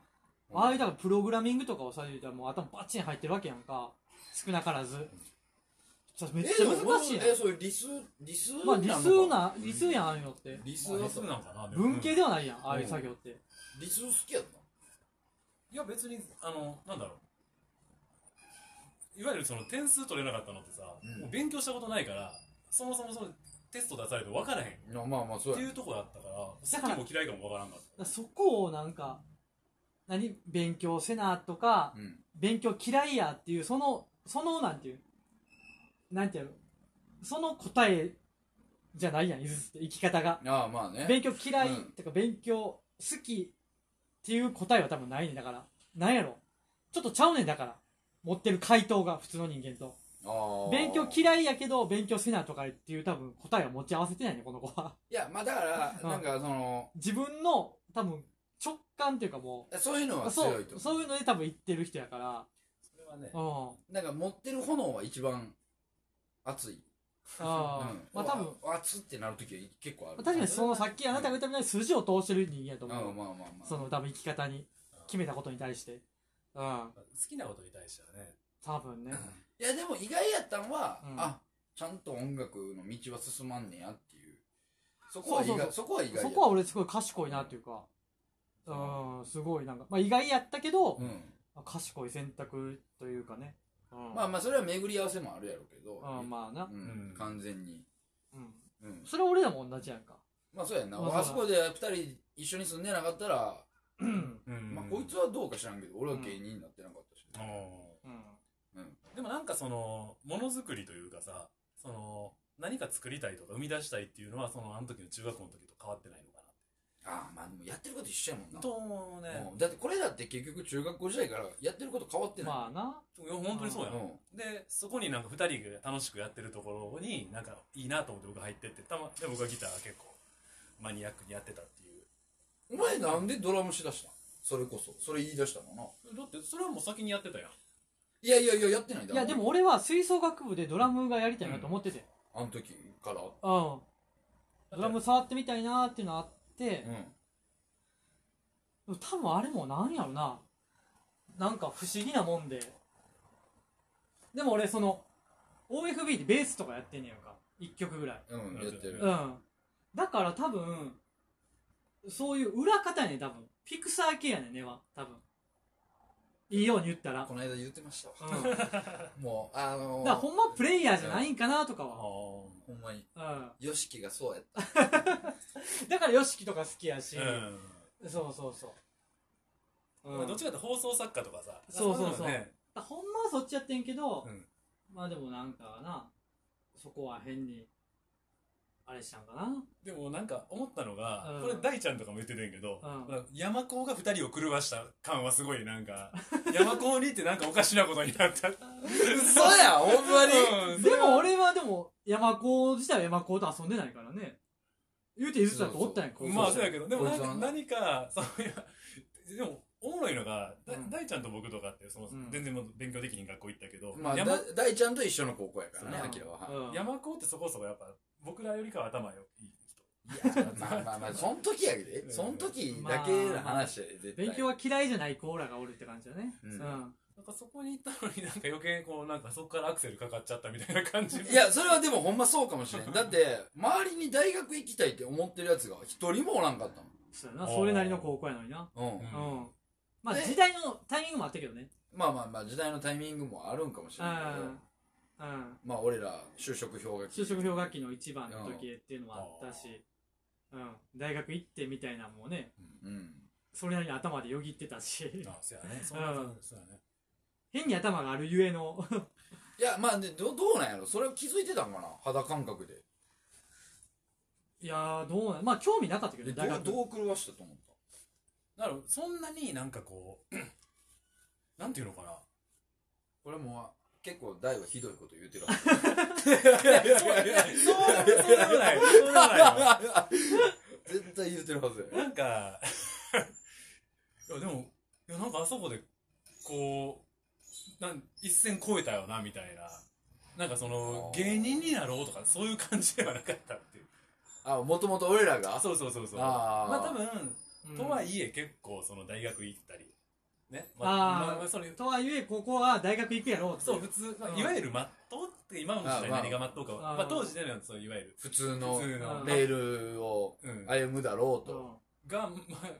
Speaker 2: ああいうだからプログラミングとかをされてたらもう頭バッチン入ってるわけやんか少なからずちょめっちゃ難しいやん
Speaker 3: え、そういう理数、理数
Speaker 2: まあ理数
Speaker 3: のか
Speaker 2: な理数やんああいうのって
Speaker 3: 理数
Speaker 1: まあ
Speaker 3: や
Speaker 1: 理
Speaker 3: った
Speaker 1: 数なんかなでも
Speaker 2: 文系ではないやんああいう作業って
Speaker 3: 理数好きやった
Speaker 1: いや別にあのなんだろういわゆるその点数取れなかったのってさ、
Speaker 3: うん
Speaker 1: もう勉強したことないからそもそもそのテスト出されて分からへんっ
Speaker 3: いやまあまあ、そう
Speaker 1: て
Speaker 3: や。
Speaker 1: いうとこだったから
Speaker 2: だから
Speaker 1: 好きも嫌いかも分からんかっ
Speaker 2: だからそこをなんか何勉強せなとか
Speaker 3: うん。
Speaker 2: 勉強嫌いやっていうそのそのなんていうなんていうのその答えじゃないやん井筒って生き方が
Speaker 3: ああ、まあね。
Speaker 2: 勉強嫌い
Speaker 3: うん
Speaker 2: とか勉強好きっていう答えは多分ないねだからなんやろちょっとちゃうねんだから持ってる回答が普通の人間と
Speaker 3: ああ
Speaker 2: 勉強嫌いやけど勉強せなとかっていう多分答えは持ち合わせてないねこの子は
Speaker 3: いや、まあだから、
Speaker 2: うん
Speaker 3: なんかその、
Speaker 2: 自分の多分直感っていうかも
Speaker 3: そういうのは
Speaker 2: うそ
Speaker 3: 強いうと。
Speaker 2: そういうので多分言ってる人やから
Speaker 1: たそれはね
Speaker 2: うん
Speaker 3: なんか持ってる炎は一番熱い。
Speaker 2: あー、
Speaker 3: うん
Speaker 2: まあ多分。
Speaker 3: 熱ってなるときは結構ある。
Speaker 2: 確かにそのさっきあなたが言ったみたいに筋を通してる人間やと
Speaker 3: うん、
Speaker 2: 思
Speaker 3: まあ
Speaker 2: う、
Speaker 3: まあまあ。
Speaker 2: その多分生き方に決めたことに対してうん
Speaker 1: 好きなことに対してはね
Speaker 2: 多分ね
Speaker 3: いや、でも意外やったんは、
Speaker 2: うん
Speaker 3: あ、ちゃんと音楽の道は進まんねやっていう。そこは意
Speaker 2: そうそうそ
Speaker 3: 外、
Speaker 2: う
Speaker 3: そこは意外や
Speaker 2: そこは俺すごい賢いなっていうか、うん、すごいなんか、まあ意外やったけど、
Speaker 3: うん。
Speaker 2: 賢い選択というかね。うん、
Speaker 3: まあまあ、それは巡り合わせもあるやろうけど。
Speaker 2: うん、まあな
Speaker 3: う。
Speaker 1: うん
Speaker 3: ん。完全に。
Speaker 2: うん。
Speaker 3: うん。
Speaker 2: それは俺らも同じやんか。
Speaker 3: まあそうやんな。
Speaker 2: まあそうだ
Speaker 3: あそこで二人一緒に住んでなかったら、
Speaker 2: うん。
Speaker 1: うん
Speaker 3: まあこいつはどうか知らんけど、俺は芸人になってなかったし。
Speaker 1: あの
Speaker 2: うん。
Speaker 1: でもなんかそのものづくりというかさその何か作りたいとか生み出したいっていうのはそのあの時の中学校の時と変わってないのか
Speaker 3: ああ、まあでもやってること一緒やもん
Speaker 1: な
Speaker 3: な。
Speaker 1: と思うね
Speaker 3: うんだってこれだって結局中学校時代からやってること変わってな
Speaker 2: まあ
Speaker 3: い。
Speaker 2: な。
Speaker 1: いや本当にそうやん、
Speaker 3: うん
Speaker 1: でそこになんか2人が楽しくやってるところになんかいいなと思って僕入ってってたまで僕はギター結構マニアックにやってたってい
Speaker 3: お
Speaker 1: う
Speaker 3: 前なんでドラムしだしたんそれこそ。それ言い出したのな。
Speaker 1: だってそれはもう先にやってたやん
Speaker 3: いやいやいや、やってないんだ。
Speaker 2: いや、でも俺は吹奏楽部でドラムがやりたいなと思ってて。
Speaker 3: あの時から。う
Speaker 2: うん。ドラム触ってみたいなーっていうのあって、
Speaker 3: ん。
Speaker 2: でも多分あれもなんやろな。なんか不思議なもんで。でも俺、その、OFB でベースとかやってんねやんか。一曲ぐらい。
Speaker 3: うん、やってる。
Speaker 2: うん。だから多分、そういう裏方やねん多分。ピクサー系やねん、根は。多分。いいように言ったら。
Speaker 3: この間言ってましたわ。
Speaker 2: うん。だか
Speaker 3: もう、あのー、
Speaker 2: らほんまプレイヤーじゃないんかなとか
Speaker 1: あ
Speaker 2: は。
Speaker 1: ー
Speaker 3: ほんまに。
Speaker 2: うん。
Speaker 3: ヨシキがそうやった。
Speaker 2: だから、ヨシキとか好きやし。
Speaker 1: うん。
Speaker 2: そうそうそう。
Speaker 1: まあどっ
Speaker 2: ち
Speaker 1: ちかって放送作家とかさ。
Speaker 2: そうそうそう
Speaker 1: いのね
Speaker 2: ほんまはそっちやってんけど、
Speaker 1: うん
Speaker 2: まあでもなんかな、そこは変に、あれしたんかな。
Speaker 1: でもなんか思ったのが、
Speaker 2: うん
Speaker 1: これ大ちゃんとかも言ってたんやけど、
Speaker 2: うん
Speaker 1: なんか山高が二人を狂わした感はすごいなんか、 山高にってなんかおかしなことになった。
Speaker 3: 嘘やほんまに
Speaker 1: うん
Speaker 2: でも俺はでも、山高自体は山高と遊んでないからね。言うて、ゆずちゃんとおったやんか。
Speaker 3: そう
Speaker 1: まあそうやけど、でもなん
Speaker 3: こいつは
Speaker 1: か
Speaker 3: な
Speaker 1: 何か、そういや、でも、おもろいのが、だ
Speaker 2: うん
Speaker 1: 大ちゃんと僕とかって、その
Speaker 2: うん、
Speaker 1: 全然もう勉強できひん学校行ったけど、
Speaker 3: まあ、
Speaker 1: 山
Speaker 3: だ大ちゃんと一緒の高校やからね、
Speaker 2: うん
Speaker 3: アキラは。
Speaker 2: うん
Speaker 1: 山高ってそこそこやっぱ、僕らよりかは頭よいい
Speaker 3: いや、まあまあまあ、そん時やけど
Speaker 1: う
Speaker 3: ね。
Speaker 1: ん
Speaker 3: そん時だけの話やで、絶対。
Speaker 2: 勉強は嫌いじゃない子らがおるって感じだね。
Speaker 3: う
Speaker 2: うんん。
Speaker 1: 人。なんかそこに行ったのになんか余計こう、なんかそこからアクセルかかっちゃったみたいな感じ。
Speaker 3: いや、それはでもほんまそうかもしれん。だって、周りに大学行きたいって思ってるやつが一人もおらんかった
Speaker 2: そうやな、それなりの高校やのにな。
Speaker 3: もん。うん
Speaker 1: う。
Speaker 2: う
Speaker 1: ん
Speaker 2: ん。まあ
Speaker 3: で
Speaker 2: 時代のタイミングもあったけどね。
Speaker 3: まあまあまあ、時代のタイミングもあるんかもし
Speaker 2: う
Speaker 3: れないけど
Speaker 2: ん。。うん。
Speaker 3: まあ、俺ら、就職表が
Speaker 2: 就職氷河期の一番の時っていうのもあったし、うん。大学行ってみたいなのもね、
Speaker 3: うん。
Speaker 2: それなりに頭でよぎってたし、
Speaker 1: あ、そうやね。そうやねそうやね。
Speaker 2: 変に頭があるゆえの、
Speaker 3: いや、まあ、でどどうなんやろそれを気づいてたんかな肌感覚で。
Speaker 2: いやーどうなん、まあ興味なかったけど
Speaker 3: で
Speaker 2: ね、
Speaker 3: ど
Speaker 2: 大
Speaker 3: う
Speaker 2: 学。
Speaker 3: どう狂わしたと思っ
Speaker 1: だから、そんなになんかこう、 なんていうのかな。
Speaker 3: たこれもう、結構大はひどいこと言うてるわ。
Speaker 1: そうでもそうでもない。そうでもないわ。
Speaker 3: 絶対言うてるはずや。
Speaker 1: なんか、いや、でも、いや、なんかあそこで、こう、なん、一線超えたよな、みたいな。なんかその、
Speaker 3: あー
Speaker 1: 芸人になろうとか、そういう感じではなかったっていう。
Speaker 3: あ、もともと俺らが
Speaker 1: そうそうそうそう。
Speaker 3: あー
Speaker 1: まあ多分、
Speaker 2: うん
Speaker 1: とはいえ結構その大学行ったり、ね。ま
Speaker 2: あー
Speaker 1: ままそれ
Speaker 2: とはいえ、ここは大学行くやろってい
Speaker 1: そう、普通、ま
Speaker 2: う
Speaker 1: あ、
Speaker 2: ん
Speaker 1: いわゆるまっとうって今の時代
Speaker 3: あーまあ
Speaker 1: 何がまっとうかは、
Speaker 2: あー
Speaker 1: まあ当時でのそのいわゆる、
Speaker 3: 普通の
Speaker 1: 普通の
Speaker 2: うん、
Speaker 3: レールを
Speaker 1: うん、
Speaker 3: 歩むだろう
Speaker 2: う
Speaker 3: と。
Speaker 2: ん
Speaker 1: が、ま、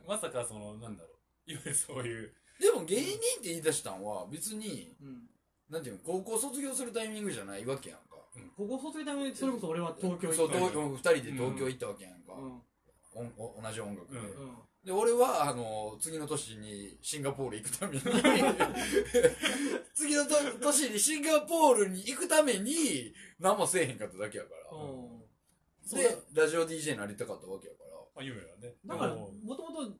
Speaker 1: まさかその、なんだろう、い わゆるそういう、
Speaker 3: でも芸人って言い出したんは別に、
Speaker 2: うん。
Speaker 3: なんていうの、高校卒業するタイミングじゃないわけやんか。
Speaker 2: ここ卒業ためそれこそ俺は東京
Speaker 3: そ
Speaker 2: 行
Speaker 3: う、
Speaker 2: った
Speaker 3: 東
Speaker 2: よ。
Speaker 3: 京、二人で東京行ったわけやんか。
Speaker 2: うん。
Speaker 3: おんお同じ音楽で。
Speaker 1: うん
Speaker 2: うん。
Speaker 3: で、俺は、あの、次の年にシンガポール行くために、 次のと年にシンガポールに行くために、何もせえへんかっただけやから。
Speaker 2: うん
Speaker 1: そう
Speaker 3: で、ラジオ DJ になりたかったわけやから。
Speaker 1: まあ夢はね。
Speaker 2: だから、
Speaker 1: で
Speaker 2: も
Speaker 1: も
Speaker 2: ともと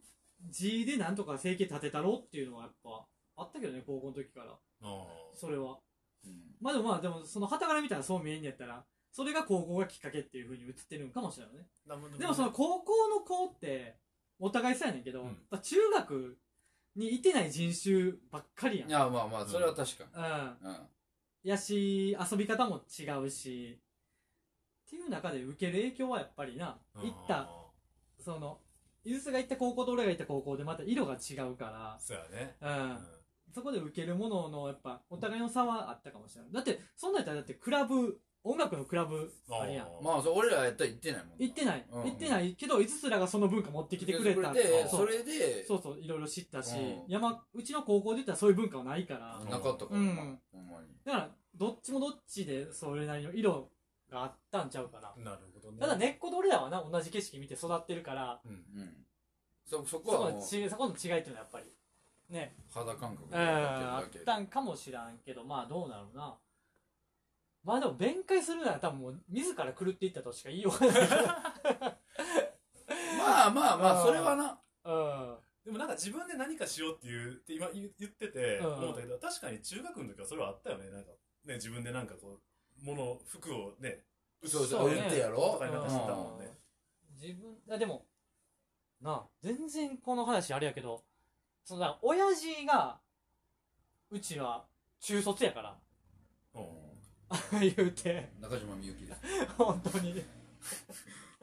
Speaker 2: G でなんとか生計立てたろうっていうのはやっぱ、あったけどね、高校の時から。
Speaker 1: あ
Speaker 2: それは。
Speaker 3: うん
Speaker 2: まあでもまあ、でも、その、旗から見たらそう見えんねやったら、それが高校がきっかけっていうふうに映ってるんかもしれないね。
Speaker 1: ー
Speaker 2: でもその、高校の子って、お互いそうやねんけど、
Speaker 1: うん
Speaker 2: やっぱ中学にいてない人種ばっかりやん。
Speaker 3: いや、まあまあ、それは確かに。
Speaker 2: うん。
Speaker 3: うん。
Speaker 2: やし、遊び方も違うし、っていう中で受ける影響はやっぱりな、
Speaker 1: うん
Speaker 2: 行った、その、ゆずが行った高校と俺が行った高校でまた色が違うか
Speaker 1: そうやね。
Speaker 2: ら、う。
Speaker 1: うん
Speaker 2: そこで受けるものの、やっぱ、お互いの差はあったかもしれない。だって、そんなんやったら、だって、クラブ、音楽のクラブ、あれやん。
Speaker 1: まあ
Speaker 3: まあ、そう俺らやったら行ってないもんな。
Speaker 2: 行ってない。
Speaker 3: うん
Speaker 2: 行ってないけど、いつすらがその文化持ってきてくれた。
Speaker 3: て
Speaker 1: うん
Speaker 2: そ
Speaker 3: そうれで、
Speaker 2: そうそう、いろいろ知ったし
Speaker 3: うん、
Speaker 2: 山、うちの高校で言ったらそういう文化はないから、
Speaker 3: なかったから、
Speaker 2: うん
Speaker 3: まあほんまに。
Speaker 2: だから、どっちもどっちで、それなりの色があったんちゃうかな。
Speaker 1: なるほどね。
Speaker 2: ただ、根っこで俺らはな、同じ景色見て育ってるから、
Speaker 1: うん。
Speaker 3: うん。そ、そ
Speaker 2: そ
Speaker 3: こ
Speaker 2: こ
Speaker 3: は
Speaker 2: の
Speaker 3: もう、
Speaker 2: ちそこの違いっていうのはやっぱり、ね、
Speaker 3: 肌感覚
Speaker 2: う
Speaker 3: で
Speaker 2: ん、
Speaker 3: や
Speaker 2: あ
Speaker 3: って
Speaker 2: っ
Speaker 3: るだ
Speaker 2: たんかもしらんけど、まあどうなのな。まあでも、弁解するなら多分もう、自ら狂っていったとしか言いようがない。
Speaker 3: け。まあまあま
Speaker 2: う
Speaker 3: あ、
Speaker 2: ん
Speaker 3: それはな。
Speaker 2: うん。
Speaker 1: でもなんか自分で何かしようっていう、って今言言ってて、
Speaker 2: うん
Speaker 1: 思ったけど、確かに中学の時はそれはあったよね。なんか、ね、自分でなんかこう、物、服をね、
Speaker 3: そう
Speaker 2: そ
Speaker 3: そうう、
Speaker 2: ね
Speaker 3: 言ってや
Speaker 1: と
Speaker 3: ろ
Speaker 1: か。になんかしてたもんね。
Speaker 2: 自分あでもなあ全然この話あれやけどそのな親父がうちは中卒やから。
Speaker 1: う
Speaker 2: 言うて、
Speaker 3: 中島みゆきです。
Speaker 2: 本当に。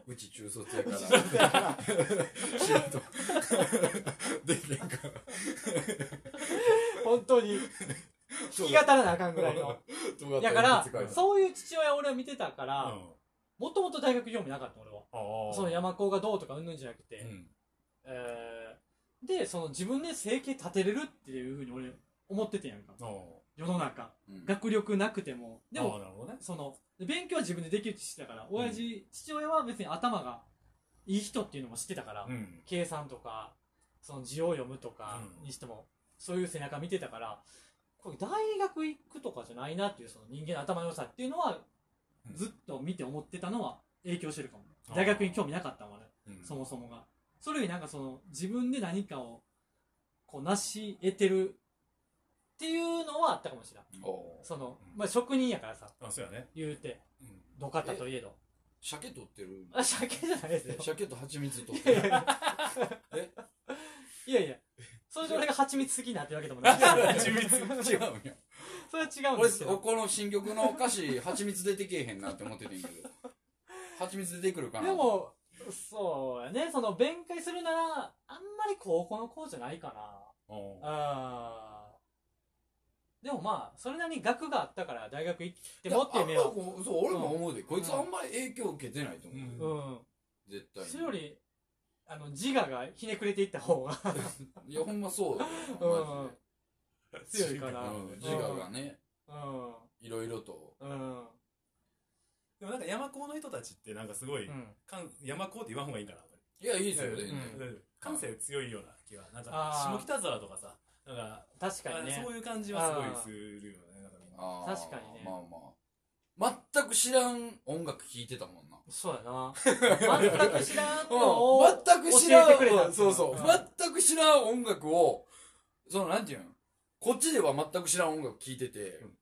Speaker 3: うち中卒やから。仕 事。できへんから。
Speaker 2: 本当に。弾き語らなあかんぐらいの。
Speaker 3: 尖った
Speaker 2: だから
Speaker 3: 鉛筆書い、た
Speaker 2: そういう父親を俺は見てたか
Speaker 1: ん。
Speaker 2: ら、
Speaker 1: うん
Speaker 2: もともと大学興味なかった俺は。
Speaker 1: ああ。
Speaker 2: その山高がどうとかうんぬんじゃなくて、
Speaker 1: うん。
Speaker 2: えーで、その自分で生計立てれるっていうふうに俺思っててんやんか。
Speaker 1: お
Speaker 2: 世の中。
Speaker 3: うん
Speaker 2: 学力なくても。で
Speaker 1: ああ、
Speaker 2: も、
Speaker 1: なるほどね。
Speaker 2: その、勉強は自分でできるって知ってたから、親父、父親は別に頭がいい人っていうのも知ってたから、
Speaker 1: うん。
Speaker 2: 計算とか、その字を読むとか
Speaker 1: うん
Speaker 2: にしても、そういう背中見てたから、これ大学行くとかじゃないなっていう、その人間の頭の良さっていうのは
Speaker 1: う、ん
Speaker 2: ずっと見て思ってたのは影響してるかも
Speaker 1: あ。ー
Speaker 2: 大学に興味なかったもんね、
Speaker 1: うん
Speaker 2: そもそもが。それよりなんかその、自分で何かを、こう、成し得てるっていうのはあったかもしれない。
Speaker 3: おう
Speaker 2: その
Speaker 1: う、ん
Speaker 2: まあ、職人やからさ、
Speaker 1: あ、そうやね。
Speaker 2: 言うて、
Speaker 1: うん。
Speaker 2: どかたといえど。
Speaker 3: 鮭取ってる。
Speaker 2: あ、鮭じゃないですよ。
Speaker 3: 鮭と蜂蜜取っ
Speaker 2: い
Speaker 3: て
Speaker 2: やい
Speaker 3: る。
Speaker 2: や
Speaker 3: え
Speaker 2: いやいや。それで俺が蜂蜜好きになってるわけでもない。
Speaker 3: 蜂蜜 違うんや。
Speaker 2: それは違うんですけ
Speaker 3: 俺、
Speaker 2: ど。
Speaker 3: この新曲の歌詞、蜂蜜出てけえへんなって思っててんけど。蜂蜜出てくるかな。
Speaker 2: で、も、そうやね。その、弁解するなら、あんまり高校の子じゃないか
Speaker 1: お
Speaker 2: な。あーでもまあ、それなりに学があったから大学行って
Speaker 3: で
Speaker 2: もっていう目は。
Speaker 3: そう、俺も思うで。こいつあんまり影響受けてないと思
Speaker 1: うん
Speaker 3: う。
Speaker 2: うん。
Speaker 3: 絶対に。
Speaker 2: それより、あの、自我がひねくれていった方が
Speaker 3: いや、ほんまそうだよ。マ
Speaker 2: 強いか
Speaker 3: ジ
Speaker 2: な
Speaker 3: で。うん自我がね、
Speaker 2: うん。
Speaker 3: いろいろと。
Speaker 2: うん。
Speaker 1: でもなんか山高の人たちってなんかすごい、
Speaker 2: うん。
Speaker 1: 関山高って言わん方がいいかな。
Speaker 3: いや、いいですよ、
Speaker 1: うん
Speaker 3: 全然。
Speaker 2: うん
Speaker 1: 大丈夫感性強いような気は。なんか
Speaker 2: あー
Speaker 1: 下北沢とかさ、なんか、
Speaker 2: 確かにね
Speaker 1: あ。そういう感じはすごいするよね。なんかみんな
Speaker 3: あー
Speaker 2: 確かにね
Speaker 3: まあまあ。全く知らん音楽聴いてたもんな。
Speaker 2: そうやな。全く知らんのを。
Speaker 3: 全く知らん
Speaker 2: 教えてくれたっていの
Speaker 3: そうそう、
Speaker 2: ん
Speaker 3: 全く知らん音楽を、その、なんていうのこっちでは全く知らん音楽聴いてて、
Speaker 1: うん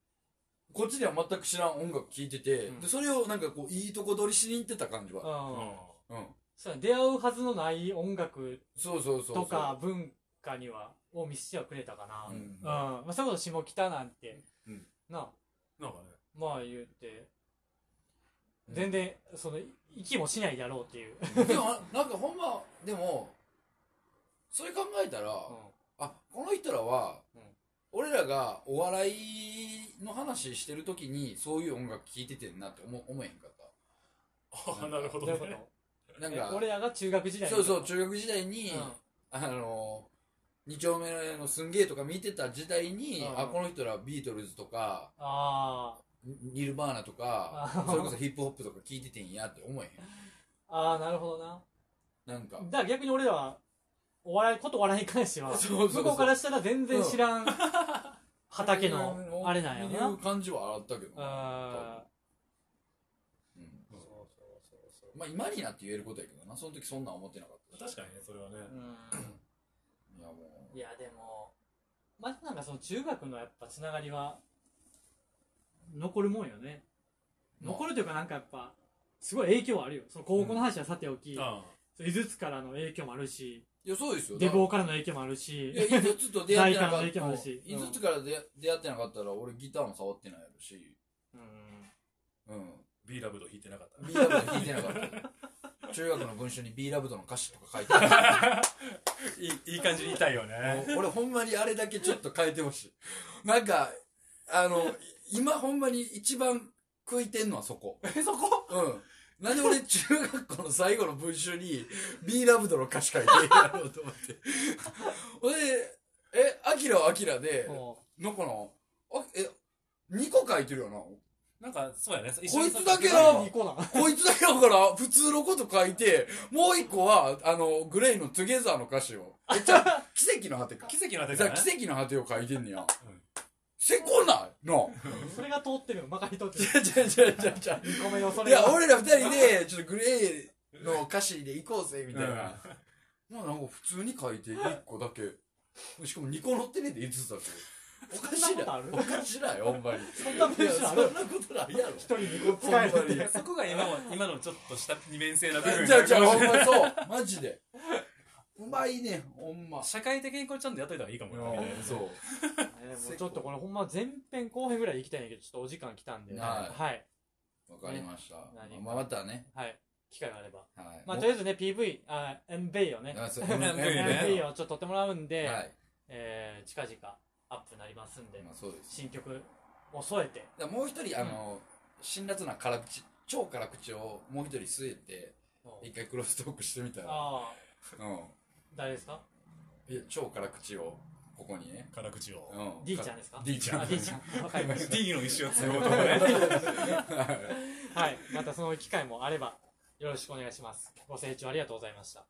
Speaker 3: こっちでは全く知らん音楽聴いてて、
Speaker 2: うん
Speaker 3: で、それをなんかこう、いいとこ取りしに行ってた感じは。
Speaker 2: うん。
Speaker 3: うん。
Speaker 2: そうや出会うはずのない音楽
Speaker 3: そうそうそうそう。
Speaker 2: とか文化には、を見せてはくれたかな。
Speaker 3: う
Speaker 2: うん。
Speaker 3: ん。
Speaker 2: まあ、それこそ下北なんて、
Speaker 1: うん
Speaker 2: なあ、
Speaker 1: なんかね。
Speaker 2: まあ言って、
Speaker 3: うん
Speaker 2: 全然、その、息もしないだろうっていう。
Speaker 3: でも、なんかほんま、でも、それ考えたら、あ、この人らは、
Speaker 2: うん
Speaker 3: 俺らがお笑いの話してる時に、そういう音楽聴いててんなって思思えへんかっ
Speaker 1: ああ、なるほ
Speaker 2: ど
Speaker 1: ど
Speaker 2: うい
Speaker 1: ね
Speaker 2: うこ。
Speaker 3: た。なん
Speaker 2: とえ
Speaker 3: か、
Speaker 2: 俺らが中学時代に
Speaker 3: そうそう、中学時代に、
Speaker 2: うん
Speaker 3: あの、二丁目のすんげえとか見てた時代に、
Speaker 2: うん
Speaker 3: あ、この人らビートルズとか、
Speaker 2: あ
Speaker 3: ニニルバーナとか
Speaker 2: あ、
Speaker 3: それこそヒップホップとか聴いててんやって思えへ
Speaker 2: あ、ああ、なるほどな。
Speaker 3: ん。なんか、
Speaker 2: だから逆に俺らは、お笑い、ことお笑いに関しては、
Speaker 3: そうそうそう
Speaker 2: 向こうからしたら全然知らん、畑 の、あれなんや
Speaker 3: いう
Speaker 2: な。
Speaker 3: 感じはあったけど
Speaker 2: あ
Speaker 3: な。うん
Speaker 1: うん
Speaker 3: まあ今になって言えることやけどな、その時そんなん思ってなかったし。
Speaker 1: 確かにね、それはね。
Speaker 2: ーうん
Speaker 3: いやも
Speaker 2: いやでもまたなんかその中学のやっぱつながりは残るもんよね
Speaker 3: う、
Speaker 2: 残るというかなんかやっぱすごい影響はあるよその高校の話はさておき、
Speaker 1: あ
Speaker 2: そう井筒からの影響もあるし
Speaker 3: いや、そうですよ。
Speaker 2: デボー
Speaker 3: だ
Speaker 2: からの影響もある
Speaker 3: から
Speaker 2: し
Speaker 3: いや、5つと出会ってな
Speaker 2: 大体の
Speaker 3: かったら、
Speaker 2: 影響もあるしうん
Speaker 3: 5つから出出会ってなかったら、俺ギターも触ってないやろし、
Speaker 2: うん
Speaker 3: うん。
Speaker 1: B ラブド弾いてなかったね。
Speaker 3: B ラブド弾いてなかった。中学の文集に B ラブドの歌詞とか書いてあ
Speaker 1: いいいい感じにいたいよ
Speaker 3: る
Speaker 1: ね。
Speaker 3: もう 俺ほんまにあれだけちょっと変えてほしい。なんか、あの、今ほんまに一番食いてんのはそこ。
Speaker 1: え、そこ
Speaker 3: うん。なんで俺中学校の最後の文集に B ラブドの歌詞書いてやろうと思って。ほんで、え、アキラはアキラで、
Speaker 2: も
Speaker 3: なんかな、あえ、2個書いてるよな。
Speaker 1: なんか、そうやね。こい
Speaker 3: こいつだけ
Speaker 2: う
Speaker 3: な
Speaker 2: 2個な
Speaker 3: こいつだけだから、普通のこと書いて、もう一個は、あの、グレイのトゥゲザーの歌詞を。え、じゃ あ奇跡の果てか。
Speaker 1: 奇跡の当て
Speaker 3: じゃあ
Speaker 1: 方ね。
Speaker 3: 奇跡の果てを書いてんねや
Speaker 1: ん。
Speaker 3: せこないな。
Speaker 2: それが通ってるよまかり通ってる
Speaker 3: じゃじゃじゃじゃじゃ
Speaker 2: 2個目よそ
Speaker 3: い
Speaker 2: れが
Speaker 3: や、俺ら二人で、ちょっとグレイの歌詞で行こうぜ、みたいな。まあなんか普通に書いて、一個だけ。しかも二個乗ってねえって言ってたけど。おかしい
Speaker 2: そんな
Speaker 3: な。お
Speaker 2: こ
Speaker 3: かしいなよ、ほんまに。
Speaker 2: そんな文章ある
Speaker 3: いやそんなことないやろ。
Speaker 2: 1人2個使えるって
Speaker 3: ほんまに
Speaker 1: そこが今の、今のちょっとした二面性な部分。
Speaker 3: じゃあじゃあほんまそうマジでうまいね、ほんま。
Speaker 1: 社会的にこれちゃんとやっといた方がいいかもよ。
Speaker 3: うんそう。
Speaker 2: ねもうちょっとこれほんま前編後編ぐらい行きたいんやけど、ちょっとお時間来たんで。
Speaker 3: はい
Speaker 2: はい。
Speaker 3: わかりました。
Speaker 2: 何
Speaker 3: まあ、またね。
Speaker 2: はい。機会があれば。
Speaker 3: はい。
Speaker 2: まあ、
Speaker 3: も
Speaker 2: とりあえずね、PV、あ、MV をね、
Speaker 3: あそう
Speaker 1: MV
Speaker 2: MV
Speaker 3: ね
Speaker 2: をちょっと撮ってもらうんで、
Speaker 3: はい。
Speaker 2: えー近々アップになりますんで、
Speaker 3: まあ、そうです。
Speaker 2: 新曲も添えて、
Speaker 3: だからもう一人、あの、辛辣な辛口、超辛口をもう一人据えて、一回クロストークしてみたら、
Speaker 2: ああ、
Speaker 3: うん。
Speaker 2: 誰ですか
Speaker 3: いや超辛口を、ここにね。
Speaker 1: 辛口を。
Speaker 3: うん。
Speaker 2: ?D ちゃんですか
Speaker 3: D ちゃ
Speaker 2: あ
Speaker 3: ん。
Speaker 2: D ちゃん。わかりまし
Speaker 1: D の意思を強い男ね。
Speaker 2: た。はい。またその機会もあれば、よろしくお願いします。ご清聴ありがとうございました。